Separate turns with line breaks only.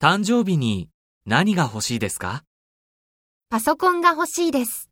誕生日に何が欲しいですか
パソコンが欲しいです。